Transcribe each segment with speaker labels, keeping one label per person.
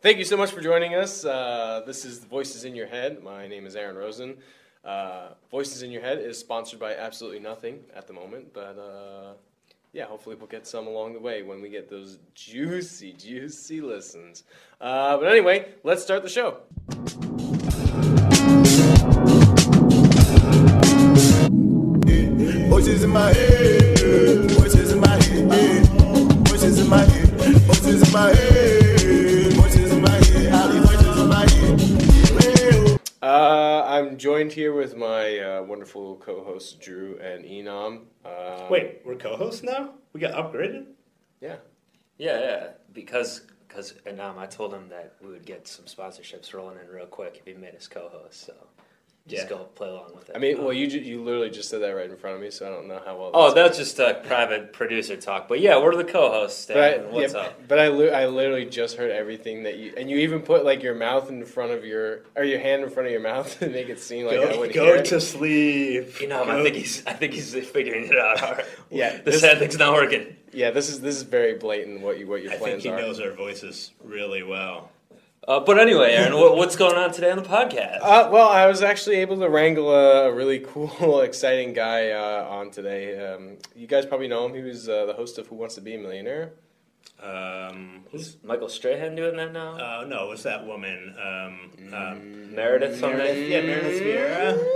Speaker 1: Thank you so much for joining us. Uh, this is Voices in Your Head. My name is Aaron Rosen. Uh, Voices in Your Head is sponsored by absolutely nothing at the moment, but uh, yeah, hopefully we'll get some along the way when we get those juicy, juicy listens. Uh, but anyway, let's start the show.
Speaker 2: Voices in my head, voices in my head, voices in my head, voices in my head, voices in my head, all these voices in my head.
Speaker 1: Uh, I'm joined here with my uh, wonderful co-hosts Drew and Enom. Uh,
Speaker 3: Wait, we're co-hosts now? We got upgraded?
Speaker 1: yeah,
Speaker 4: Yeah, yeah. Because because Anam, I told him that we would get some sponsorships rolling in real quick if he made us co-host. So just
Speaker 3: Yeah.
Speaker 4: go play along with it.
Speaker 1: I mean, well, you ju- you literally just said that right in front of me, so I don't know how well.
Speaker 4: oh, that's just a private producer talk. But yeah, we're the co-hosts.
Speaker 1: But I,
Speaker 4: Dan. What's
Speaker 1: yeah,
Speaker 4: up?
Speaker 1: But I, li- I literally just heard everything that you and you even put like your mouth in front of your or your hand in front of your mouth to make it seem like I
Speaker 3: go
Speaker 1: would
Speaker 3: go
Speaker 1: hear
Speaker 3: to
Speaker 1: it.
Speaker 3: sleep.
Speaker 4: Anam, I
Speaker 3: Go-
Speaker 4: think he's I think he's figuring it out. All right.
Speaker 1: Yeah,
Speaker 4: the
Speaker 1: this-
Speaker 4: sad thing's not working.
Speaker 1: Yeah, this is this is very blatant what you what your
Speaker 3: I think
Speaker 1: plans
Speaker 3: he
Speaker 1: are.
Speaker 3: knows our voices really well.
Speaker 4: Uh, but anyway, Aaron, what, what's going on today on the podcast?
Speaker 1: Uh, well, I was actually able to wrangle a really cool, exciting guy uh, on today. Um, you guys probably know him. He was uh, the host of Who Wants to Be a Millionaire.
Speaker 3: Um,
Speaker 4: Is Michael Strahan doing that now?
Speaker 3: uh, no, it was that woman. Um, um,
Speaker 4: Meredith Mm. from
Speaker 1: Meredith,
Speaker 3: yeah, Meredith Vieira.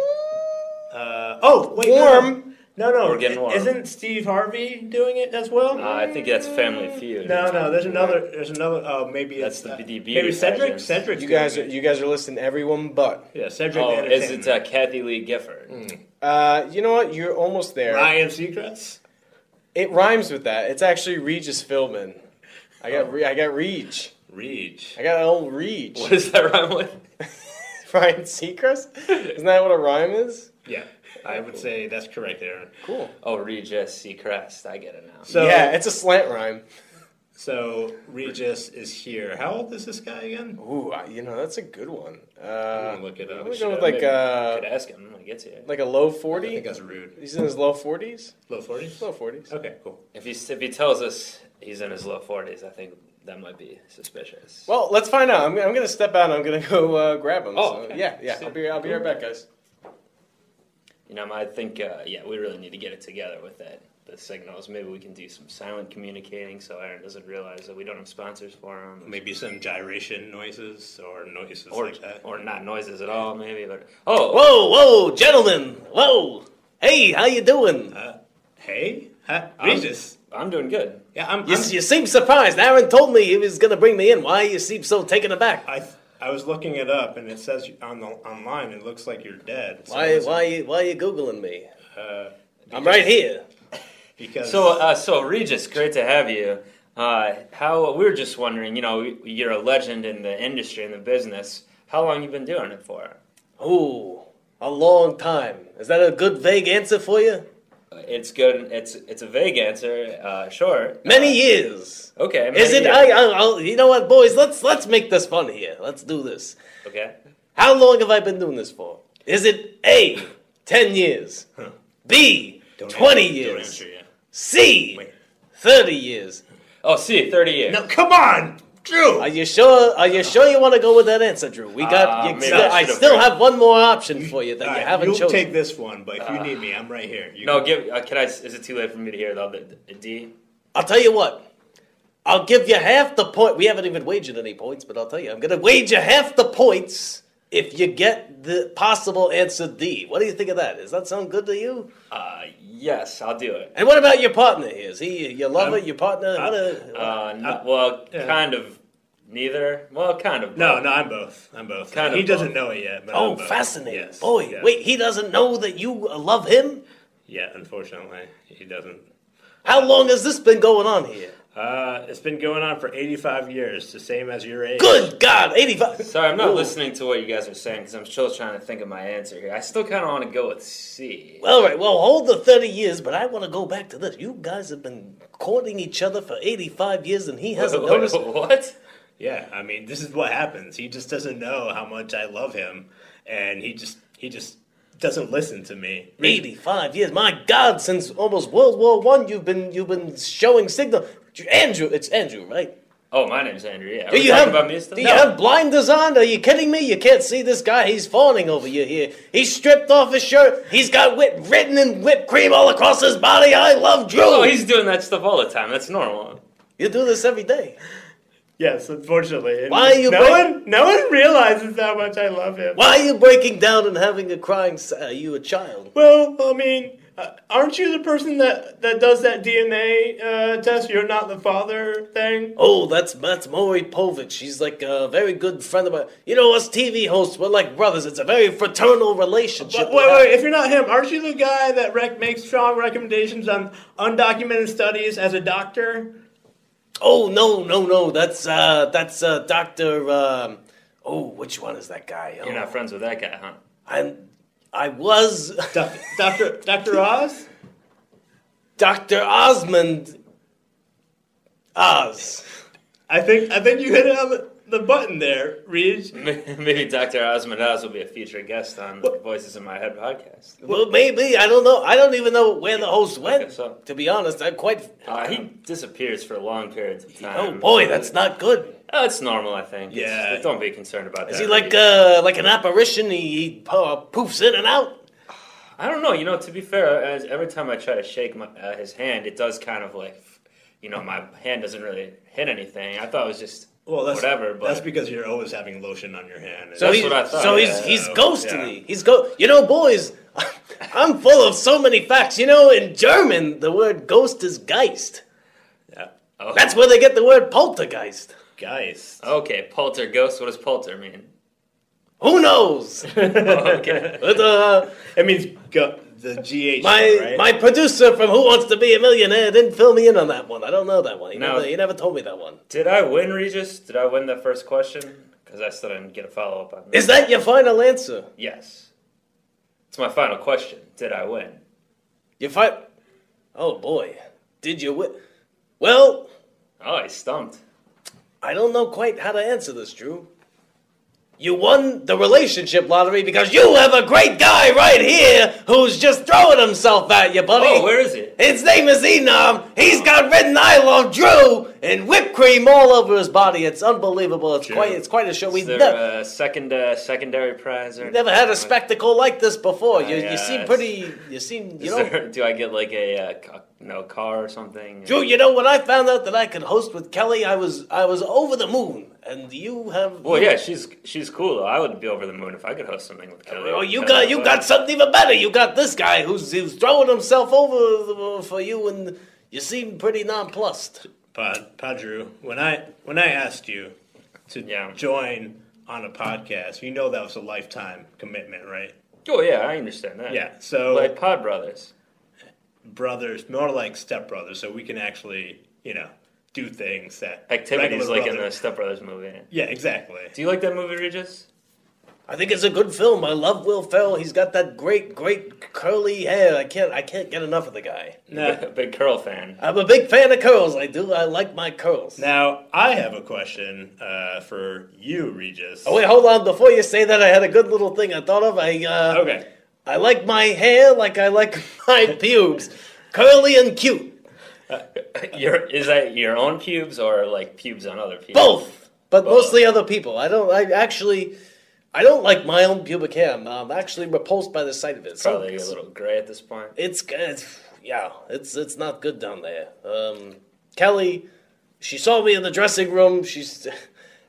Speaker 3: Uh, oh, wait. no,
Speaker 1: Warm.
Speaker 3: No, no. no
Speaker 4: We're getting warm.
Speaker 3: Isn't Steve Harvey doing it as well?
Speaker 4: Uh, I think that's Family Feud.
Speaker 3: no, no. There's another. There's another. Oh, maybe
Speaker 4: That's
Speaker 3: it's,
Speaker 4: the
Speaker 3: uh,
Speaker 4: beauty
Speaker 3: Maybe Cedric.
Speaker 4: pageant.
Speaker 3: Cedric.
Speaker 1: You guys are you guys are listing everyone, but
Speaker 3: Yeah, Cedric.
Speaker 4: Oh,
Speaker 3: Entertainment.
Speaker 4: is
Speaker 3: Mm.
Speaker 4: it uh, Kathy Lee Gifford?
Speaker 1: uh, you know what? You're almost there.
Speaker 3: Ryan Seacrest?
Speaker 1: It rhymes with that. It's actually Regis Philbin. I got re- I got Reach.
Speaker 3: Reach.
Speaker 1: I got an old Reach.
Speaker 4: What does that rhyme with?
Speaker 1: Ryan Seacrest? Isn't that what a rhyme is?
Speaker 3: Yeah, I would say that's correct, Aaron.
Speaker 1: Cool.
Speaker 4: Oh, Regis Seacrest. I get it now.
Speaker 3: So
Speaker 1: yeah, it's a slant rhyme.
Speaker 3: So Regis is here. How old is this guy again?
Speaker 1: Ooh, I- you know that's a good one. Uh,
Speaker 3: gonna look it up.
Speaker 1: I'm gonna
Speaker 3: We
Speaker 1: go
Speaker 3: should
Speaker 1: with
Speaker 3: have
Speaker 1: like
Speaker 4: Maybe I
Speaker 1: uh,
Speaker 4: could ask him when he gets here.
Speaker 1: like a low
Speaker 3: I think
Speaker 1: forty.
Speaker 3: that's rude.
Speaker 1: He's in his low forties.
Speaker 3: Low forties.
Speaker 1: Low forties.
Speaker 3: Okay, cool.
Speaker 4: If he if he tells us he's in his low forties, I think that might be suspicious.
Speaker 1: Well, let's find out. I'm, I'm gonna step out. and I'm gonna go uh, grab him.
Speaker 4: Oh,
Speaker 1: so,
Speaker 4: okay.
Speaker 1: yeah, yeah.
Speaker 4: See
Speaker 1: I'll be I'll be right back, guys.
Speaker 4: you know, I think uh, yeah, we really need to get it together with that the signals. Maybe we can do some silent communicating so Aaron doesn't realize that we don't have sponsors for him.
Speaker 3: Maybe some gyration noises or noises
Speaker 4: Or,
Speaker 3: like that.
Speaker 4: or not noises at all, maybe. But oh,
Speaker 1: Whoa, whoa, gentlemen. Whoa. Hey, how you doing?
Speaker 3: Uh, hey, huh?
Speaker 4: I'm-
Speaker 3: Regis.
Speaker 4: I'm doing good.
Speaker 3: yeah, I'm.
Speaker 1: You,
Speaker 3: I'm-
Speaker 1: you seem surprised. Aaron told me he was going to bring me in. Why you seem so taken aback?
Speaker 3: I I was looking it up, and it says on the online, it looks like you're dead. So
Speaker 1: Why, why, you- why are you Googling me?
Speaker 3: Uh,
Speaker 1: I'm right here.
Speaker 3: because
Speaker 4: So, uh, so Regis, great to have you. Uh, how we were just wondering, you know, you're a legend in the industry in the business. How long you been doing it for?
Speaker 1: Ooh, a long time. Is that a good vague answer for you?
Speaker 4: It's good. It's it's a vague answer. Uh, sure.
Speaker 1: Many years.
Speaker 4: Okay.
Speaker 1: Is it?
Speaker 4: maybe-
Speaker 1: I, I, I'll, you know what, boys? Let's let's make this fun here. Let's do this.
Speaker 4: okay.
Speaker 1: How long have I been doing this for? Is it A, ten years? B,
Speaker 3: don't
Speaker 1: twenty
Speaker 3: answer- Don't
Speaker 1: years?
Speaker 3: answer yet.
Speaker 1: C,
Speaker 3: Wait.
Speaker 1: thirty years?
Speaker 4: Oh, see, thirty years.
Speaker 3: No, come on, Drew.
Speaker 1: Are you sure? Are you sure you want to go with that answer, Drew? We got.
Speaker 4: Uh,
Speaker 1: you
Speaker 4: maybe
Speaker 1: still-
Speaker 4: I
Speaker 1: I
Speaker 4: should've
Speaker 1: still
Speaker 4: read.
Speaker 1: have one more option for you that
Speaker 3: All
Speaker 1: you
Speaker 3: right,
Speaker 1: haven't
Speaker 3: you'll
Speaker 1: chosen.
Speaker 3: take this one, but if you need me, I'm right here. You
Speaker 4: No, give. Uh, can I? Is it too late for me to hear the other the D?
Speaker 1: I'll tell you what. I'll give you half the point. We haven't even wagered any points, but I'll tell you, I'm going to wager half the points if you get the possible answer D. What do you think of that? Does that sound good to you?
Speaker 4: Uh, yes, I'i'll do it.
Speaker 1: And what about your partner here? Is he your lover,
Speaker 3: I'm-
Speaker 1: your partner? What a-
Speaker 4: Um, Uh, no, well, kind of. Neither. Well, kind of.
Speaker 3: No, no, I'm both. I'm both.
Speaker 4: Kind of
Speaker 3: he doesn't
Speaker 4: both.
Speaker 3: know it yet. But
Speaker 1: oh,
Speaker 3: I'm
Speaker 4: uh,
Speaker 3: both.
Speaker 1: fascinating.
Speaker 3: Yes,
Speaker 1: Boy,
Speaker 3: yes.
Speaker 1: wait, he doesn't know that you uh, love him?
Speaker 3: Yeah, unfortunately, he doesn't.
Speaker 1: How long has this been going on here?
Speaker 3: Uh, it's been going on for 85 years, the same as your age.
Speaker 1: Good God, 85.
Speaker 4: Sorry, I'm not
Speaker 1: Ooh.
Speaker 4: listening to what you guys are saying because I'm still trying to think of my answer here. I still kind of want to go with C.
Speaker 1: All right, well, hold the 30 years, but I want to go back to this. You guys have been courting each other for 85 years, and he hasn't
Speaker 4: Wait,
Speaker 1: noticed.
Speaker 4: What?
Speaker 3: Yeah, I mean, this is what happens. He just doesn't know how much I love him, and he just he just doesn't listen to me.
Speaker 1: 85 years. My God, since almost World War One, you've been you've been showing signal. Andrew, it's Andrew, right?
Speaker 4: Oh, my name's Andrew. Yeah, Are
Speaker 1: Do
Speaker 4: we
Speaker 1: you
Speaker 4: talking
Speaker 1: have
Speaker 4: about me still?
Speaker 1: Do you have blinders on? Are you kidding me? You can't see this guy. He's fawning over you here. He's stripped off his shirt. He's got whip written in whipped cream all across his body. I love Drew.
Speaker 4: Oh, he's doing that stuff all the time. That's normal.
Speaker 1: you do this every day.
Speaker 3: Yes, unfortunately. And
Speaker 1: Why are you
Speaker 3: No
Speaker 1: break-
Speaker 3: one, no one realizes how much I love him.
Speaker 1: Why are you breaking down and having a crying? s- Are you a child?
Speaker 3: Well, I mean, uh, aren't you the person that that does that DNA uh, test? You're not the father thing.
Speaker 1: Oh, that's that's Maury Povich. She's like a very good friend of mine. You know, us TV hosts, we're like brothers. It's a very fraternal relationship.
Speaker 3: But wait, wait, if you're not him, aren't you the guy that rec- makes strong recommendations on undocumented studies as a doctor?
Speaker 1: Oh no, no, no. That's uh, that's uh, Doctor. Um, oh, which one is that guy? Oh,
Speaker 4: You're not friends with that guy, huh?
Speaker 1: I'm. I was
Speaker 3: Doc- Doctor Doctor Oz?
Speaker 1: Doctor Osmond Oz.
Speaker 3: I think I think you hit it on the, the button there, Reed.
Speaker 4: Maybe Dr. Osmond Oz will be a future guest on the Voices in My Head podcast.
Speaker 1: Well, maybe I don't know. I don't even know where the host went.
Speaker 4: so.
Speaker 1: To be honest, I'm quite.
Speaker 4: Uh, he disappears for long periods of time.
Speaker 1: um, Oh boy, that's not good.
Speaker 4: Oh, it's normal, I think. It's-
Speaker 3: Yeah.
Speaker 4: don't be concerned about
Speaker 1: Is
Speaker 4: that.
Speaker 1: he like
Speaker 4: really.
Speaker 1: uh like an apparition? He, he uh, poofs in and out.
Speaker 4: I don't know. You know, to be fair, as every time I try to shake my, uh, his hand, it does kind of like, you know, my hand doesn't really hit anything. I thought it was just
Speaker 3: Well, that's
Speaker 4: whatever. But
Speaker 3: that's because you're always having lotion on your hand.
Speaker 4: That's
Speaker 1: he's,
Speaker 4: what I thought,
Speaker 1: So
Speaker 4: yeah,
Speaker 1: he's
Speaker 4: yeah,
Speaker 1: he's
Speaker 4: yeah.
Speaker 1: ghostly. He's go. You know, boys, I'm full of so many facts. You know, in German, the word ghost is Geist.
Speaker 3: yeah.
Speaker 4: oh.
Speaker 1: That's where they get the word poltergeist.
Speaker 3: guys.
Speaker 4: okay. Poltergeist. What does polter mean?
Speaker 1: Who knows?
Speaker 4: Okay.
Speaker 1: But, uh,
Speaker 3: It means go- the GH.
Speaker 1: my
Speaker 3: right?
Speaker 1: my producer from Who Wants to Be a Millionaire didn't fill me in on that one. I don't know that one. He,
Speaker 4: No.
Speaker 1: never, he never told me that one.
Speaker 4: Did I win, Regis? Did I win the first question? Because I still didn't get a follow up on that.
Speaker 1: Is that your final answer?
Speaker 4: Yes. It's my final question. Did I win?
Speaker 1: Your fi- Oh boy, did you? Wi- well,
Speaker 4: Oh, he's stumped.
Speaker 1: I don't know quite how to answer this, Drew. You won the relationship lottery because you have a great guy right here who's just throwing himself at you, buddy.
Speaker 4: Oh, where is it?
Speaker 1: His name is Enam. He's got written "I love Drew" and whipped cream all over his body. It's unbelievable. It's quite it's quite a show.
Speaker 4: Is
Speaker 1: We've
Speaker 4: there
Speaker 1: never
Speaker 4: a second uh, secondary prize or
Speaker 1: never had a
Speaker 4: anything like-
Speaker 1: spectacle like this before. You,
Speaker 4: yeah,
Speaker 1: you seem
Speaker 4: it's-
Speaker 1: pretty. You seem you
Speaker 4: Is
Speaker 1: know.
Speaker 4: there- do I get like a uh, ca- no car or something?
Speaker 1: Drew, you know when I found out that I could host with Kelly, I was I was over the moon. And you have
Speaker 4: Well, yeah, she's she's cool. though. I would be over the moon if I could host something with Kelly.
Speaker 1: Oh, you
Speaker 4: Kelly
Speaker 1: got you
Speaker 4: Loeffler.
Speaker 1: got something even better. You got this guy who's who's throwing himself over the- for you, and you seem pretty nonplussed.
Speaker 3: Pod, Padru, when I when I asked you to
Speaker 4: Yeah.
Speaker 3: join on a podcast, you know that was a lifetime commitment, right?
Speaker 4: Oh yeah, I understand that.
Speaker 3: Yeah. So
Speaker 4: like Pod Brothers.
Speaker 3: brothers, more like stepbrothers, so we can actually, you know, do things that
Speaker 4: Activities
Speaker 3: regular
Speaker 4: like in the
Speaker 3: brothers-
Speaker 4: Step Brothers movie.
Speaker 3: Yeah, exactly.
Speaker 4: Do you like that movie, Regis?
Speaker 1: I think it's a good film. I love Will Ferrell. He's got that great, great curly hair. I can't, I can't get enough of the guy.
Speaker 3: Now,
Speaker 4: Big Curl fan.
Speaker 1: I'm a big fan of curls. I do. I like my curls.
Speaker 3: now I have a question uh, for you, Regis.
Speaker 1: Oh wait, hold on. Before you say that, I had a good little thing I thought of. I uh,
Speaker 3: Okay.
Speaker 1: I like my hair like I like my pubes, curly and cute,
Speaker 4: Your is that your own pubes or like pubes on other people?
Speaker 1: both, but mostly other people. I don't. I actually, I don't like my own pubic hair. I'm, I'm actually repulsed by the sight of it. Some-
Speaker 4: Probably a little gray at this point.
Speaker 1: it's it's yeah, it's it's not good down there. Um, Kelly, she saw me in the dressing room. She's it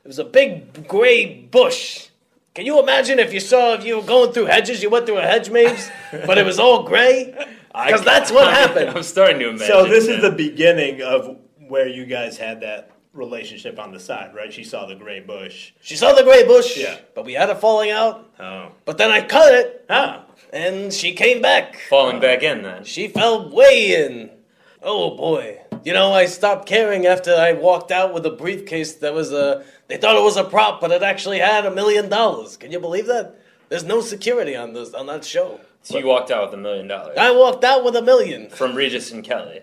Speaker 1: was a big gray bush. Can you imagine if you saw if you were going through hedges, you went through a hedge maze, but it was all gray? Because that's what
Speaker 4: I'm
Speaker 1: happened.
Speaker 4: starting to imagine.
Speaker 3: So this is
Speaker 4: now.
Speaker 3: the beginning of where you guys had that relationship on the side, right? She saw the gray bush.
Speaker 1: She saw the gray bush,
Speaker 3: Yeah.
Speaker 1: but we had a falling out.
Speaker 3: Oh.
Speaker 1: But then I cut it,
Speaker 3: Ah.
Speaker 1: and she came back.
Speaker 4: falling back in then.
Speaker 1: She fell way in. Oh boy. You know, I stopped caring after I walked out with a briefcase that was a. They thought it was a prop, but it actually had a million dollars. Can you believe that? There's no security on this on that show.
Speaker 4: So you walked out with a million dollars
Speaker 1: I walked out with a million.
Speaker 4: from Regis and Kelly.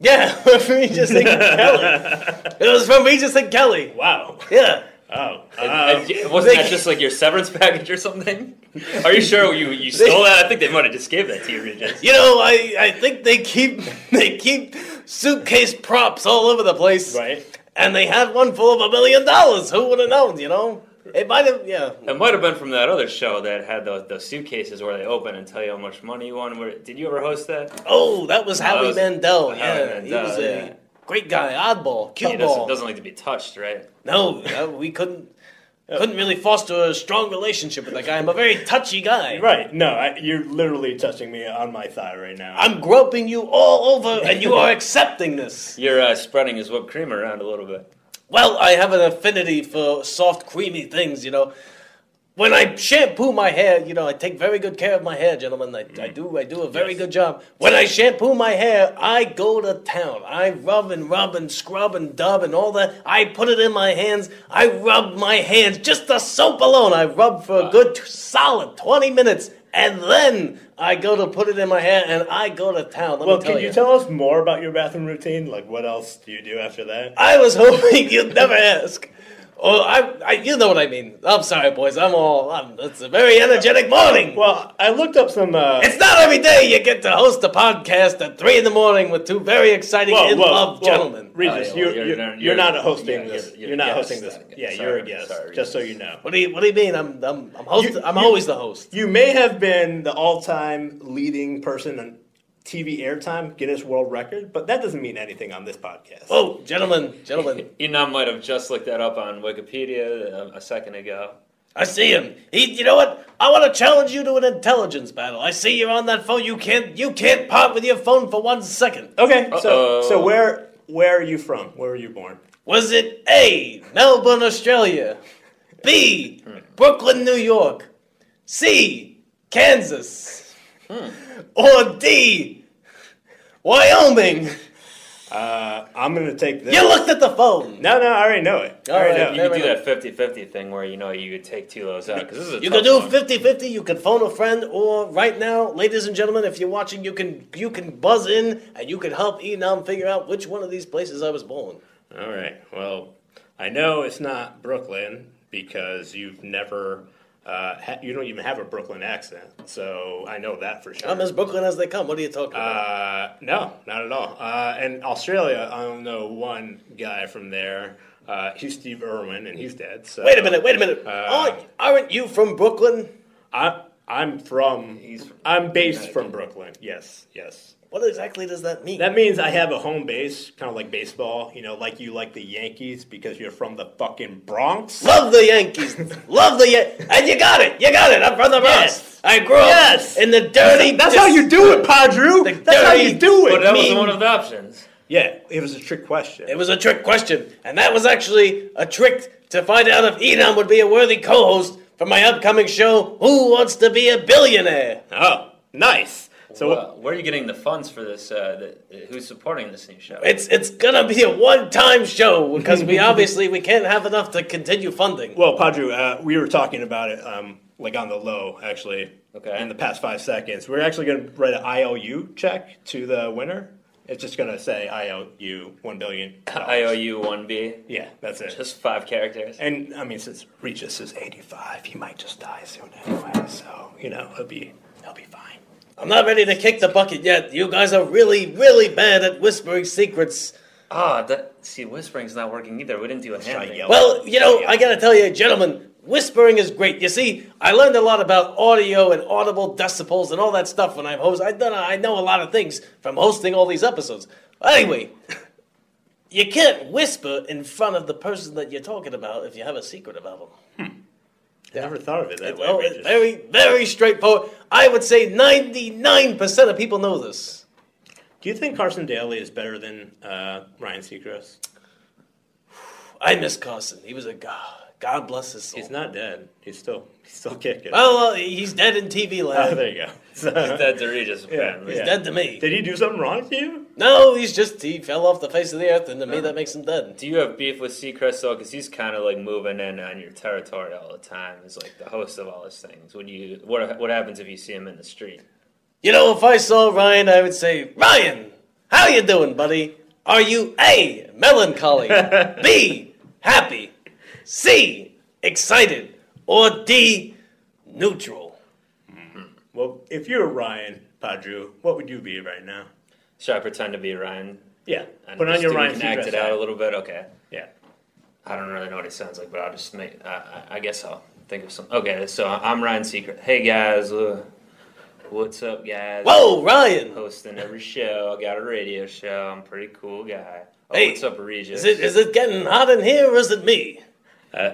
Speaker 1: Yeah, from Regis and Kelly. It was from Regis and Kelly.
Speaker 3: Wow.
Speaker 1: Yeah.
Speaker 3: Oh.
Speaker 4: Uh,
Speaker 3: Um,
Speaker 4: Wasn't
Speaker 1: they-
Speaker 4: that just like your severance package or something? Are you sure you, you stole that? I think they might have just gave that to you, Regis.
Speaker 1: You know, I, I think they keep they keep suitcase props all over the place.
Speaker 3: right.
Speaker 1: and they had one full of a million dollars. Who would have known? You know, it might have. Yeah,
Speaker 4: It might have been from that other show that had those, those suitcases where they open and tell you how much money you won. Where, did you ever host that?
Speaker 1: Oh, that was Howie
Speaker 4: was-
Speaker 1: Mandel.
Speaker 4: Howie
Speaker 1: yeah, he
Speaker 4: Mandel,
Speaker 1: was a
Speaker 4: yeah.
Speaker 1: great guy. Oddball, cue
Speaker 4: He
Speaker 1: ball.
Speaker 4: doesn't, doesn't like to be touched, right?
Speaker 1: No, uh, we couldn't couldn't really foster a strong relationship with that guy. I'm a very touchy guy.
Speaker 3: Right. No, I, you're literally touching me on my thigh right now.
Speaker 1: I'm groping you all over, and you are accepting this.
Speaker 4: You're uh, spreading his whipped cream around a little bit.
Speaker 1: Well, I have an affinity for soft, creamy things. You know, when I shampoo my hair, you know, I take very good care of my hair, gentlemen. I,
Speaker 3: Mm.
Speaker 1: I do, I do a very good job. When I shampoo my hair, I go to town. I rub and rub and scrub and dub and all that. I put it in my hands. I rub my hands, just the soap alone. I rub for a good, solid twenty minutes, and then I go to put it in my hair and I go to town. Let
Speaker 3: well,
Speaker 1: me tell
Speaker 3: can you tell us more about your bathroom routine? Like, what else do you do after that?
Speaker 1: I was hoping you'd never ask. Oh, I, I, you know what I mean. I'm sorry, boys. I'm all. I'm, it's a very energetic morning.
Speaker 3: Well, I looked up some. Uh,
Speaker 1: It's not every day you get to host a podcast at three in the morning with two very exciting
Speaker 3: whoa,
Speaker 1: in
Speaker 3: whoa,
Speaker 1: love
Speaker 3: whoa,
Speaker 1: gentlemen.
Speaker 3: Regis,
Speaker 4: Oh, yeah,
Speaker 3: you're,
Speaker 4: well, you're-
Speaker 3: you're,
Speaker 4: you're-
Speaker 3: you're, not hosting
Speaker 4: you're-
Speaker 3: this.
Speaker 4: you're-
Speaker 3: You're,
Speaker 4: you're
Speaker 3: not
Speaker 4: a
Speaker 3: hosting
Speaker 4: guest.
Speaker 3: this. Yeah,
Speaker 4: Sorry,
Speaker 3: you're a guest.
Speaker 4: sorry,
Speaker 3: just so
Speaker 4: Regis.
Speaker 3: you know.
Speaker 1: What do you What do you mean? I'm I'm I'm, host,
Speaker 3: You-
Speaker 1: I'm
Speaker 3: you-
Speaker 1: always the host.
Speaker 3: You may have been the all-time leading person on TV airtime, Guinness World Record, but that doesn't mean anything on this podcast.
Speaker 1: Oh, gentlemen, gentlemen,
Speaker 4: Enon might have just looked that up on Wikipedia uh, a, a second ago.
Speaker 1: I see him. He, you know what? I want to challenge you to an intelligence battle. I see you're on that phone. You can't you can't part with your phone for one second.
Speaker 3: okay, so
Speaker 4: Uh-oh.
Speaker 3: so where where are you from? Where were you born?
Speaker 1: Was it A, Melbourne, Australia? B, Brooklyn, New York? C, Kansas?
Speaker 4: Hmm.
Speaker 1: Or D, Wyoming?
Speaker 3: Uh, I'm gonna take this.
Speaker 1: You looked at the phone.
Speaker 3: No, no, I already know it. I
Speaker 1: All
Speaker 3: already
Speaker 1: right,
Speaker 3: know.
Speaker 4: You could
Speaker 1: Never
Speaker 4: do that 50 50 thing where you know you could take two loads out. 'cause this is a
Speaker 1: You
Speaker 4: tough
Speaker 1: can do
Speaker 4: one.
Speaker 1: 50 50, you can phone a friend, or right now, ladies and gentlemen, if you're watching, you can you can buzz in and you can help Enam figure out which one of these places I was born.
Speaker 3: All right. Well, I know it's not Brooklyn because you've never, uh, ha- you don't even have a Brooklyn accent. So I know that for sure.
Speaker 1: I'm as Brooklyn as they come. What are you talking about?
Speaker 3: uh, no, not at all. Uh, and Australia, I don't know one guy from there. Uh, he's Steve Irwin, and he's dead. So
Speaker 1: Wait a minute, wait a minute.
Speaker 3: uh,
Speaker 1: aren't, aren't you from Brooklyn?
Speaker 3: I, I'm from.
Speaker 4: He's-
Speaker 3: I'm based from Brooklyn. Yes, yes.
Speaker 1: What exactly does that mean?
Speaker 3: That means I have a home base, kind of like baseball. You know, like you like the Yankees because you're from the fucking Bronx.
Speaker 1: Love the Yankees. Love the Yan- And you got it. You got it. I'm from the Bronx.
Speaker 3: Yes.
Speaker 1: I grew up
Speaker 3: Yes.
Speaker 1: in the dirty.
Speaker 3: That's how you do it, Padru. That's how you do
Speaker 4: But that
Speaker 3: it.
Speaker 4: was
Speaker 1: mean-
Speaker 4: one of the options.
Speaker 3: Yeah, it was a trick question.
Speaker 1: It was a trick question, and that was actually a trick to find out if Enam would be a worthy co-host for my upcoming show, Who Wants to Be a Billionaire?
Speaker 3: Oh, nice. So
Speaker 4: Well, where are you getting the funds for this? Uh, the, who's supporting this new show?
Speaker 1: It's it's gonna be a one-time show because we obviously we can't have enough to continue funding.
Speaker 3: Well, Padru, uh, we were talking about it, um, like on the low, actually.
Speaker 4: Okay.
Speaker 3: In the past five seconds, we're actually going to write an IOU check to the winner. It's just going to say IOU one billion.
Speaker 4: I owe you one B.
Speaker 3: Yeah, that's it.
Speaker 4: Just five characters.
Speaker 3: and I mean, since Regis is eighty-five, he might just die soon anyway. So you know, he'll be he'll be fine.
Speaker 1: I'm not ready to kick the bucket yet. You guys are really really bad at whispering secrets.
Speaker 4: Ah, that see, whispering's not working either. We didn't do a
Speaker 3: try
Speaker 4: hand.
Speaker 3: yell.
Speaker 4: thing.
Speaker 1: Well, you know, I gotta tell you, gentlemen, whispering is great. You see, I learned a lot about audio and audible decibels and all that stuff when I'm host. I done, I know a lot of things from hosting all these episodes. Anyway, you can't whisper in front of the person that you're talking about if you have a secret about them.
Speaker 3: I never thought of it that way.
Speaker 1: Oh, it's
Speaker 3: Regis.
Speaker 1: very, very straightforward. I would say 99% of people know this.
Speaker 3: Do you think Carson Daly is better than uh, Ryan Seacrest?
Speaker 1: I miss Carson. He was a god. God bless his soul.
Speaker 3: He's not dead. He's still he's still kicking.
Speaker 1: well, uh, he's dead in TV
Speaker 3: Oh,
Speaker 1: land.
Speaker 3: there you go.
Speaker 4: that's outrageous. Apparently.
Speaker 3: yeah.
Speaker 1: Dead to me.
Speaker 3: Did he do something wrong to you?
Speaker 1: No, he's just he fell off the face of the earth, and to me
Speaker 4: Uh-huh.
Speaker 1: that makes him dead.
Speaker 4: Do you have beef with Seacrest though? Because he's kind of like moving in on your territory all the time. He's like the host of all these things. When you what what happens if you see him in the street?
Speaker 1: You know, if I saw Ryan, I would say, Ryan, how you doing, buddy? Are you A melancholy, B happy, C excited, or D neutral?
Speaker 3: Well, if you were Ryan Padru, what would you be right now?
Speaker 4: Should I pretend to be Ryan?
Speaker 3: Yeah.
Speaker 4: And
Speaker 3: Put on
Speaker 4: just
Speaker 3: your
Speaker 4: do-
Speaker 3: Ryan
Speaker 4: we
Speaker 3: Seacrest.
Speaker 4: can act it out a little bit. Okay.
Speaker 3: Yeah.
Speaker 4: I don't really know what it sounds like, but I'll just make. I, I, I guess I'll think of some. Okay, so I'm Ryan Secret. Hey guys, uh, what's up, guys?
Speaker 1: Whoa, Ryan!
Speaker 4: Hosting every show. I got a radio show. I'm a pretty cool guy. Oh,
Speaker 1: Hey,
Speaker 4: what's up,
Speaker 1: Is
Speaker 4: Regis?
Speaker 1: it is it getting hot in here or is it me?
Speaker 3: Uh,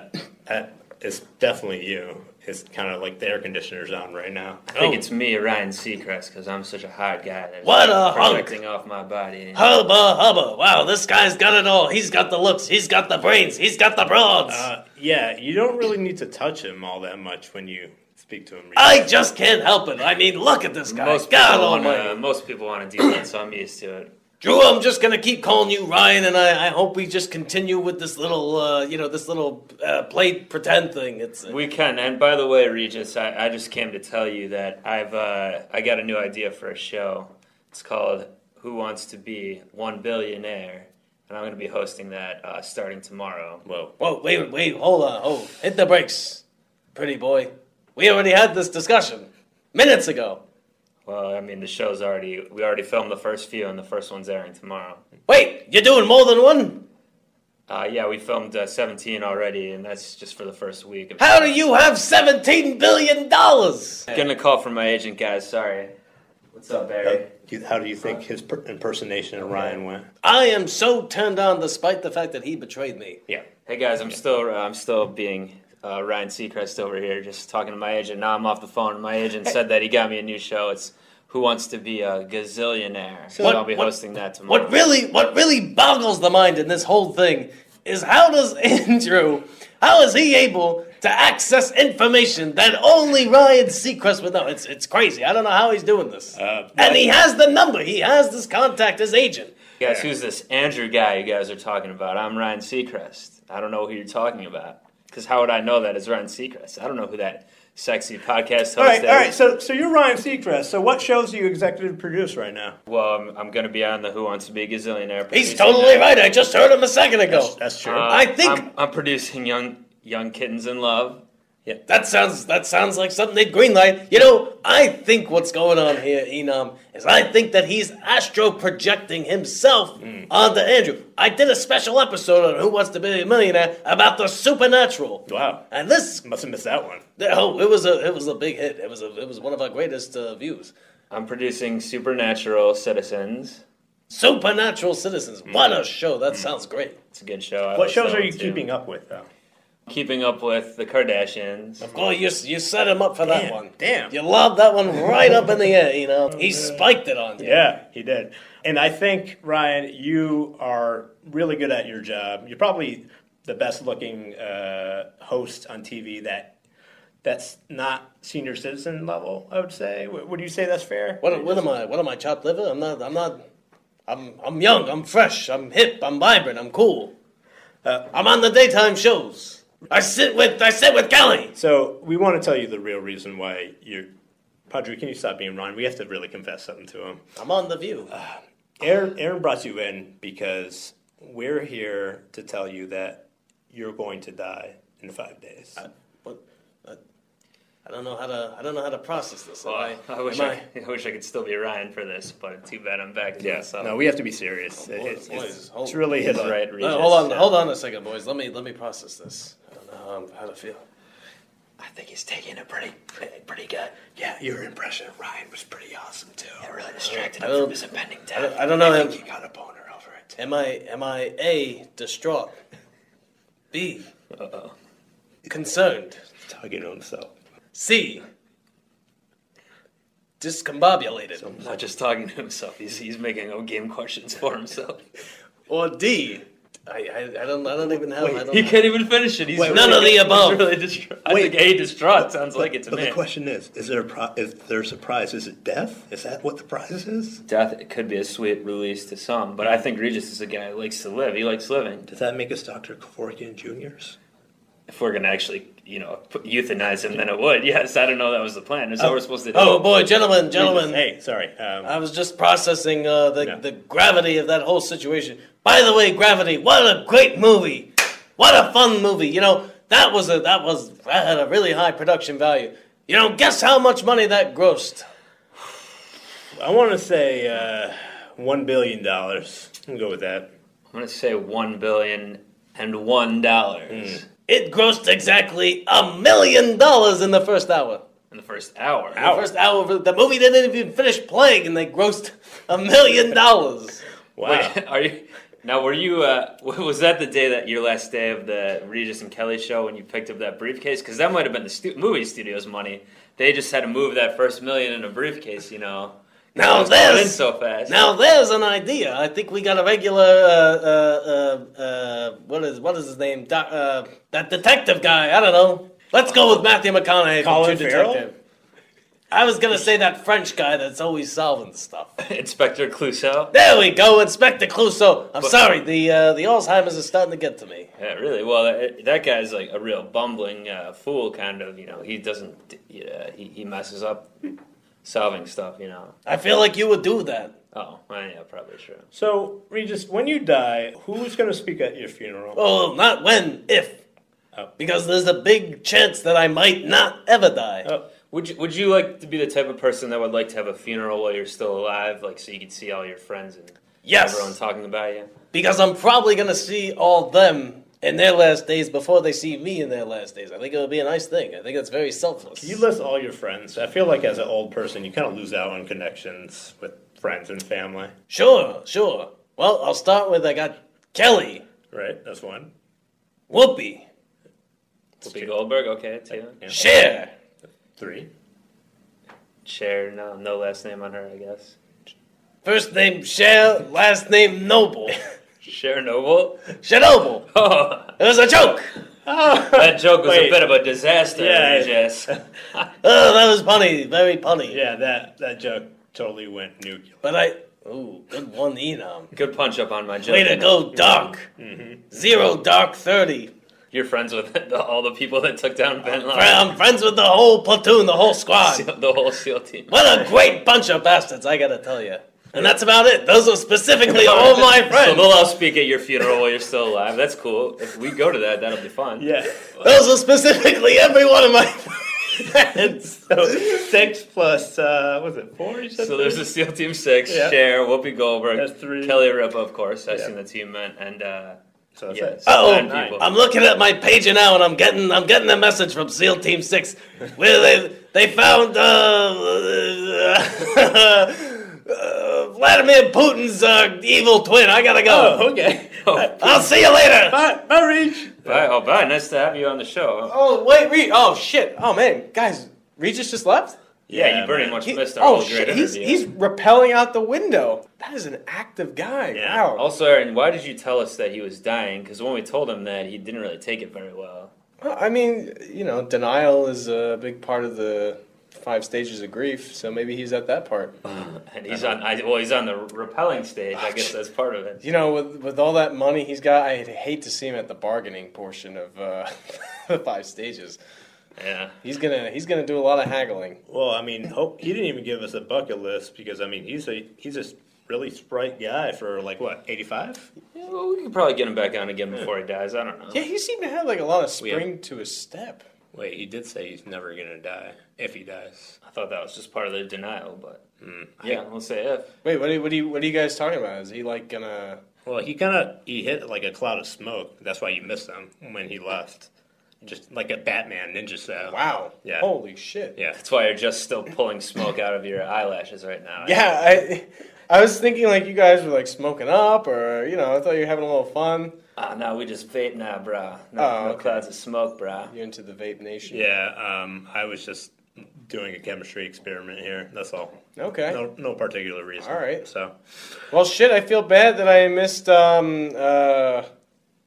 Speaker 3: uh, it's definitely you. It's kind of like the air conditioner's on right now.
Speaker 4: I think
Speaker 1: Oh.
Speaker 4: it's me, Ryan Seacrest, because I'm such a hard guy. That
Speaker 1: What a hunk.
Speaker 4: projecting off my body.
Speaker 1: Hubba hubba! Wow, this guy's got it all. He's got the looks. He's got the brains. He's got the broads.
Speaker 3: Uh, yeah, you don't really need to touch him all that much when you speak to him.
Speaker 1: I just can't help it. I mean, look at this guy.
Speaker 4: Most
Speaker 1: God
Speaker 4: people uh, wanna-
Speaker 1: Almighty,
Speaker 4: most people want to do that, so I'm used to it.
Speaker 1: Drew. I'm just gonna keep calling you Ryan, and I, I hope we just continue with this little, uh, you know, this little uh, plate pretend thing. It's uh,
Speaker 4: We can. And by the way, Regis, I, I just came to tell you that I've uh, I got a new idea for a show. It's called Who Wants to Be One Billionaire, and I'm going to be hosting that uh, starting tomorrow.
Speaker 3: Whoa.
Speaker 1: Whoa, wait, wait, hold on. Oh, hit the brakes, pretty boy. We already had this discussion minutes ago.
Speaker 4: Well, I mean, the show's already we already filmed the first few, and the first one's airing tomorrow.
Speaker 1: Wait, you're doing more than one?
Speaker 4: Uh, yeah, we filmed uh, 17 already, and that's just for the first week. of-
Speaker 1: How do you have $17 billion?
Speaker 4: Getting a call from my agent, guys. Sorry. What's up, Barry?
Speaker 3: Do you- How do you think his per- impersonation of Ryan went?
Speaker 1: I am so turned on despite the fact that he betrayed me.
Speaker 3: Yeah.
Speaker 4: Hey guys, I'm still uh, I'm still being uh, Ryan Seacrest over here, just talking to my agent. Now I'm off the phone. My agent said that he got me a new show. It's Who Wants to Be a Gazillionaire. So
Speaker 1: What-
Speaker 4: I'll be
Speaker 1: what-
Speaker 4: hosting that tomorrow.
Speaker 1: What really what really boggles the mind in this whole thing is how does Andrew how is he able to access information that only Ryan Seacrest would know? It's it's crazy. I don't know how he's doing this.
Speaker 3: Uh,
Speaker 1: and he has the number. He has this contact, his agent.
Speaker 4: guys, who's this Andrew guy you guys are talking about? I'm Ryan Seacrest. I don't know who you're talking about. Because how would I know that is Ryan Seacrest? I don't know who that sexy podcast host
Speaker 3: All right,
Speaker 4: is.
Speaker 3: all right. So, so you're Ryan Seacrest. So, what shows do you executive produce right now?
Speaker 4: Well, I'm, I'm going to be on the Who Wants to Be a Gazillionaire.
Speaker 1: He's
Speaker 4: producing
Speaker 1: totally
Speaker 4: that.
Speaker 1: right. I just heard him a second ago.
Speaker 3: That's true.
Speaker 4: Uh,
Speaker 1: I think-
Speaker 4: I'm, I'm producing young young kittens in love.
Speaker 1: That sounds that sounds like something they'd greenlight. You know, I think what's going on here, Enom, is I think that he's astro projecting himself
Speaker 3: Hmm.
Speaker 1: onto Andrew. I did a special episode on Who Wants to Be a Millionaire about the supernatural,
Speaker 3: wow.
Speaker 1: and this
Speaker 3: Must have missed that one.
Speaker 1: oh, it was a it was a big hit. It was a it was one of our greatest uh, views.
Speaker 4: I'm producing Supernatural Citizens.
Speaker 1: Supernatural citizens,
Speaker 3: Hmm.
Speaker 1: what a show! That sounds great.
Speaker 4: It's a good show. I
Speaker 3: What
Speaker 4: like
Speaker 3: shows
Speaker 4: that
Speaker 3: are
Speaker 4: one,
Speaker 3: you
Speaker 4: too.
Speaker 3: keeping up with, though?
Speaker 4: Keeping up with the Kardashians.
Speaker 1: Well, you you set him up for that
Speaker 3: Damn,
Speaker 1: one.
Speaker 3: damn.
Speaker 1: you lobbed that one right up in the air. Enom, he spiked it on you.
Speaker 3: Yeah, he did. And I think Ryan, you are really good at your job. You're probably the best looking uh, host on TV that that's not senior citizen level. I would say. Would would you say that's fair?
Speaker 1: What, what am I? What am I? Chopped liver? I'm not. I'm not. I'm. I'm young. I'm fresh. I'm hip. I'm vibrant. I'm cool.
Speaker 3: Uh,
Speaker 1: I'm on the daytime shows. I sit with. I sit with Kelly.
Speaker 3: So we want to tell you the real reason why you're. Padre, can you stop being Ryan? We have to really confess something to him.
Speaker 1: I'm on the View.
Speaker 3: Aaron, Aaron brought you in because we're here to tell you that you're going to die in five days.
Speaker 1: What? I, uh, I don't know how to. I don't know how to process this. Am
Speaker 4: Well, I,
Speaker 1: I,
Speaker 4: I wish
Speaker 1: am
Speaker 4: I, I wish I could still be Ryan for this, but too bad I'm back. Yeah, so
Speaker 3: No, we have to be serious. It- it's,
Speaker 1: boys,
Speaker 3: it's-
Speaker 1: hold-
Speaker 3: it's really his
Speaker 1: hold on.
Speaker 3: right.
Speaker 1: Uh,
Speaker 3: Regis.
Speaker 1: hold on. Hold on a second, boys. Let me. Let me process this. I don't know how, I'm, how to feel.
Speaker 4: I think he's taking it pretty pretty, pretty good.
Speaker 3: Yeah, your impression of Ryan was pretty awesome too.
Speaker 4: It really distracted
Speaker 1: I
Speaker 4: him
Speaker 1: don't-
Speaker 4: from his impending
Speaker 1: I don't,
Speaker 4: death.
Speaker 1: I don't know. Am,
Speaker 3: You got a boner over it.
Speaker 1: am I? Am I a distraught? B. Concerned.
Speaker 3: Tugging on himself.
Speaker 1: C. Discombobulated.
Speaker 4: He's Not just talking to himself. He's he's making up game questions for himself.
Speaker 1: Or D. I, I, I don't I don't even have I don't
Speaker 4: he can't even finish it. He's
Speaker 1: Wait,
Speaker 4: really,
Speaker 1: none of the
Speaker 4: he's
Speaker 1: above.
Speaker 4: Really distra- I
Speaker 3: Wait.
Speaker 4: think a distraught sounds like it to
Speaker 3: but
Speaker 4: me.
Speaker 3: the question is: Is there a pro- is there a surprise? Is it death? Is that what the prize is?
Speaker 4: death it could be a sweet release to some, but I think Regis is a guy who likes to live. He likes living.
Speaker 3: Does that make us Dr. Kevorkian Juniors?
Speaker 4: If we're gonna actually, you know, put- euthanize him, then it would. Yes, I don't know. That was the plan. Is that what we're supposed to do?
Speaker 1: Oh boy, gentlemen, gentlemen.
Speaker 3: Hey, sorry. Um,
Speaker 1: I was just processing uh, the,
Speaker 3: Yeah.
Speaker 1: the gravity of that whole situation. By the way, Gravity, what a great movie. What a fun movie. You know, that was a that was that had a really high production value. You know, guess how much money that grossed?
Speaker 3: I want to say uh, one billion dollars. We'll go with that.
Speaker 4: I'm gonna say one billion and one dollars
Speaker 1: It grossed exactly a million dollars in the first hour.
Speaker 4: in the first hour.
Speaker 1: The first hour of the movie didn't even finish playing, and they grossed a million dollars.
Speaker 3: Wow.
Speaker 4: Wait, are you now? Were you? Uh, was that the day that your last day of the Regis and Kelly show when you picked up that briefcase? Because that might have been the stu- movie studio's money. They just had to move that first million in a briefcase, you know.
Speaker 1: Now
Speaker 4: It was going in
Speaker 1: this-
Speaker 4: so fast.
Speaker 1: Now there's an idea. I think we got a regular. Uh, uh, uh, uh, what is what is his name? Doc, uh, that detective guy. I don't know. Let's go with Matthew McConaughey. from
Speaker 3: Colin
Speaker 1: True
Speaker 3: Farrell?
Speaker 1: Detective. I was gonna say that French guy that's always solving stuff.
Speaker 4: Inspector Clouseau.
Speaker 1: There we go, Inspector Clouseau. I'm
Speaker 4: But-
Speaker 1: sorry, the uh, the Alzheimer's is starting to get to me.
Speaker 4: Yeah, really. Well, that, that guy's like a real bumbling uh, fool, kind of. You know, he doesn't. Yeah, he, he messes up solving stuff. You know.
Speaker 1: I feel like you would do that.
Speaker 4: Oh, well, yeah, probably true.
Speaker 3: So, Regis, when you die, who's going to speak at your funeral?
Speaker 1: Oh, not when, if.
Speaker 3: Oh.
Speaker 1: Because there's a big chance that I might not ever die.
Speaker 3: Oh,
Speaker 4: Would you, would you like to be the type of person that would like to have a funeral while you're still alive, like so you could see all your friends and
Speaker 1: yes,
Speaker 4: everyone talking about you?
Speaker 1: because I'm probably gonna see all them in their last days before they see me in their last days. I think it would be a nice thing. I think that's very selfless.
Speaker 3: you list all your friends. I feel like as an old person, you kind of lose out on connections with friends and family,
Speaker 1: sure, sure. Well, I'll start with I got Kelly,
Speaker 3: right? That's one.
Speaker 1: Whoopi,
Speaker 4: Whoopi Goldberg, okay, two.
Speaker 1: Cher,
Speaker 3: Three.
Speaker 4: Cher, no, no last name on her, I guess.
Speaker 1: first name Cher, last name Noble,
Speaker 4: Cher Noble.
Speaker 1: Chernobyl.
Speaker 4: Oh,
Speaker 1: It was a joke.
Speaker 4: that joke was
Speaker 3: Wait.
Speaker 4: a bit of a disaster.
Speaker 3: Yeah.
Speaker 4: Regis.
Speaker 1: Oh, that was punny, very punny.
Speaker 3: Yeah, that, that joke totally went nuclear.
Speaker 1: But I. Ooh, good one, Enom.
Speaker 4: Good punch up on my joke.
Speaker 1: Way to go, Doc. Zero Doc 30.
Speaker 4: You're friends with the, all the people that took down Ben
Speaker 1: Fri-
Speaker 4: Laden,
Speaker 1: I'm friends with the whole platoon, the whole squad.
Speaker 4: the whole SEAL team.
Speaker 1: What a great bunch of bastards, I gotta tell you. And that's about it. Those are specifically all my
Speaker 4: So they'll
Speaker 1: friends.
Speaker 4: all speak at your funeral while you're still alive. That's cool. If we go to that, that'll be fun.
Speaker 3: Yeah.
Speaker 1: Those are specifically every one of my friends.
Speaker 3: So six plus, uh, was it four? You said
Speaker 4: So there's the
Speaker 3: three?
Speaker 4: SEAL Team Six,
Speaker 3: Yeah.
Speaker 4: Cher, Whoopi Goldberg,
Speaker 3: That's three.
Speaker 4: Kelly Ripa, of course. I've
Speaker 3: Yeah.
Speaker 4: seen the team man, and uh,
Speaker 3: So that's
Speaker 4: yes,
Speaker 3: it.
Speaker 1: Uh-oh.
Speaker 4: nine people.
Speaker 1: I'm looking at my page now and I'm getting I'm getting a message from SEAL Team 6 where they they found uh, uh, Vladimir Putin's uh, evil twin. I gotta go.
Speaker 3: Oh, okay.
Speaker 4: Oh,
Speaker 1: I'll see you later.
Speaker 3: Bye, bye, Reach.
Speaker 4: bye. Oh, bye. Nice to have you on the show.
Speaker 5: Oh wait, Re- oh shit, oh man, guys, Regis just left.
Speaker 4: Yeah, you pretty
Speaker 3: man.
Speaker 4: much
Speaker 5: He-
Speaker 4: missed our
Speaker 5: oh
Speaker 4: whole great
Speaker 5: shit, he's,
Speaker 4: interview.
Speaker 5: he's rappelling out the window. That is an active guy.
Speaker 3: Yeah.
Speaker 5: Wow.
Speaker 4: Also, Aaron, why did you tell us that he was dying? Because when we told him that, he didn't really take it very well.
Speaker 5: Well, I mean, you know, denial is a big part of the five stages of grief, so maybe he's at that part.
Speaker 4: And he's on. I, well, he's on the repelling stage. I guess that's part of it.
Speaker 5: You know, with with all that money he's got, I'd hate to see him at the bargaining portion of uh, the five stages.
Speaker 4: Yeah.
Speaker 5: He's gonna he's gonna do a lot of haggling.
Speaker 3: Well, I mean, ho- he didn't even give us a bucket list because I mean, he's a he's a s- really sprite guy for like what eighty five.
Speaker 4: Well, we could probably get him back on again before he dies. I don't know.
Speaker 5: Yeah, he seemed to have like a lot of
Speaker 3: We have-
Speaker 5: spring to his step.
Speaker 3: Wait, he did say he's never gonna die if he dies.
Speaker 4: I thought that was just part of the denial, but yeah, we'll say if.
Speaker 5: Wait, what are, what are you what are you guys talking about? Is he like gonna?
Speaker 3: Well, he kind of he hit like a cloud of smoke. That's why you missed him when he left, just like a Batman ninja style.
Speaker 5: Wow!
Speaker 3: Yeah.
Speaker 5: Holy shit!
Speaker 3: Yeah.
Speaker 4: That's why you're just still pulling smoke out of your eyelashes right now.
Speaker 5: Yeah, I I was thinking like you guys were like smoking up, or you know, I thought you were having a little fun.
Speaker 4: Ah, no, we just vape now, brah. No,
Speaker 5: Oh,
Speaker 4: no
Speaker 5: okay.
Speaker 4: clouds of smoke, brah.
Speaker 5: You're into the vape nation.
Speaker 3: Yeah. Um, I was just doing a chemistry experiment here. That's all.
Speaker 5: Okay.
Speaker 3: No, no particular reason.
Speaker 5: All right.
Speaker 3: So
Speaker 5: Well, shit, I feel bad that I missed um, uh,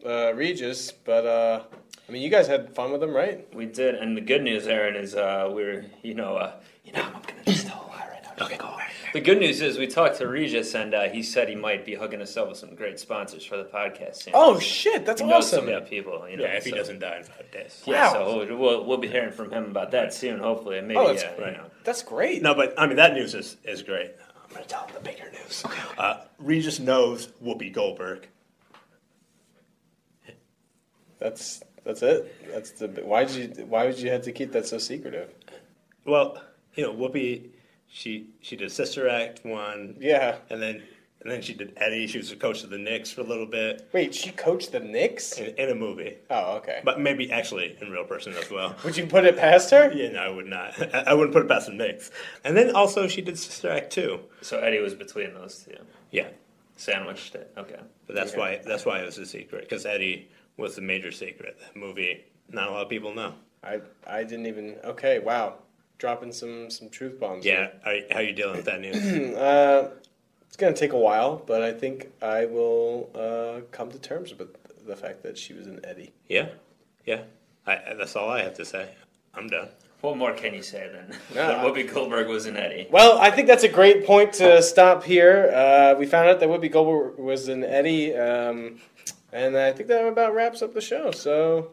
Speaker 5: uh, Regis, but uh, I mean, you guys had fun with him, right?
Speaker 4: We did, and the good news, Aaron, is uh, we're you know uh, you know I'm gonna just tell a lie right now. Just go. The good news is we talked to Regis, and uh, he said he might be hooking us up with some great sponsors for the podcast. Soon.
Speaker 5: Oh, shit, that's
Speaker 4: he knows some
Speaker 5: awesome.
Speaker 4: good people. You know,
Speaker 3: yeah, if he
Speaker 4: so-
Speaker 3: doesn't die in five days.
Speaker 4: Yeah,
Speaker 5: Wow.
Speaker 4: so we'll- we'll, we'll be hearing from him about that soon, hopefully, and maybe
Speaker 5: Oh,
Speaker 4: uh,
Speaker 5: that's
Speaker 4: you know.
Speaker 5: That's great.
Speaker 3: No, but I mean that news is, is great. I'm gonna tell him the bigger news. Uh, Regis knows Whoopi Goldberg.
Speaker 5: That's that's it. That's the why did you why would you have to keep that so secretive?
Speaker 3: Well, you know Whoopi, she she did Sister Act one,
Speaker 5: Yeah.
Speaker 3: and then and And then she did Eddie. She was the coach of the Knicks for a little bit
Speaker 5: Wait, she coached the Knicks?
Speaker 3: in, in a movie,
Speaker 5: Oh, okay.
Speaker 3: but maybe actually in real person as well.
Speaker 5: Would you put it past her?
Speaker 3: Yeah, no, I would not. I, I wouldn't put it past the Knicks. And then also she did Sister Act too.
Speaker 4: So Eddie was between those two,
Speaker 3: Yeah,
Speaker 4: sandwiched it. Okay.
Speaker 3: but that's why that's why it was a secret because Eddie was the major secret. That movie, not a lot of people know.
Speaker 5: I I didn't even. Okay, wow. Dropping some some truth bombs.
Speaker 3: Yeah, are, how you dealing with that news?
Speaker 5: here. Uh, it's gonna take a while, but I think I will uh, come to terms with the fact that she was an Eddie.
Speaker 3: yeah, yeah. I, I- that's all I have to say. I'm done.
Speaker 4: What more can you say than
Speaker 5: No,
Speaker 4: that
Speaker 5: I-
Speaker 4: Whoopi Goldberg was an Eddie?
Speaker 5: Well, I think that's a great point to stop here. Uh, we found out that Whoopi Goldberg was an Eddie, um, and I think that about wraps up the show. So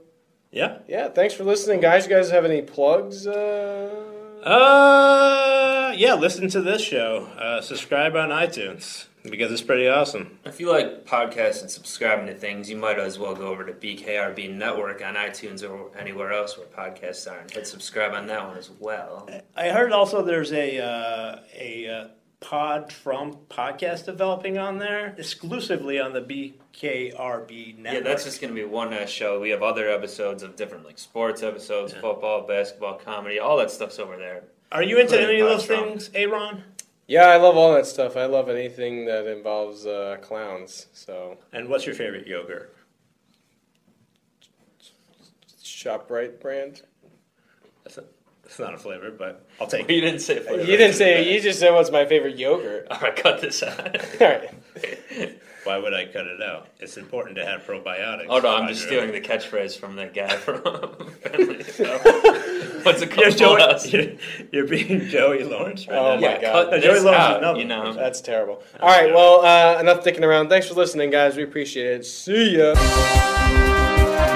Speaker 3: Yeah.
Speaker 5: yeah, thanks for listening, guys. You guys have any plugs? Uh...
Speaker 3: Uh, yeah. Listen to this show. Uh, subscribe on iTunes because it's pretty awesome.
Speaker 4: If you like podcasts and subscribing to things, you might as well go over to BKRB Network on iTunes or anywhere else where podcasts are and hit subscribe on that one as well.
Speaker 3: I heard also there's a uh, a uh, Pod from podcast developing on there exclusively on the BKRB
Speaker 4: Yeah,
Speaker 3: network.
Speaker 4: that's just going to be one uh, show. We have other episodes of different like sports episodes, football, basketball, comedy, all that stuff's over there.
Speaker 3: Are you into
Speaker 4: Including
Speaker 3: any of those
Speaker 4: Pod From.
Speaker 3: things, Aaron?
Speaker 5: Yeah, I love all that stuff. I love anything that involves uh, clowns. So
Speaker 3: And what's your favorite yogurt?
Speaker 5: Shoprite brand.
Speaker 3: That's, a, that's not a flavor, but I'll take it.
Speaker 4: You didn't say.
Speaker 5: You didn't say. You just said what's my favorite yogurt.
Speaker 4: All right, cut this out.
Speaker 5: All right.
Speaker 3: Why would I cut it out? It's important to have probiotics.
Speaker 4: Oh no, I'm just
Speaker 3: Roger.
Speaker 4: stealing the catchphrase from that guy from Family Guy. What's it
Speaker 3: You're, Joey,
Speaker 4: called? Full House.
Speaker 3: you're, you're being Joey Lawrence right
Speaker 5: Oh
Speaker 3: now.
Speaker 5: my
Speaker 4: yeah,
Speaker 5: God.
Speaker 4: cut
Speaker 3: No,
Speaker 4: this
Speaker 3: Joey Lawrence's
Speaker 4: out.
Speaker 3: number.
Speaker 4: You know.
Speaker 5: That's terrible. All right. Well, uh, enough dicking around. Thanks for listening, guys. We appreciate it. See ya.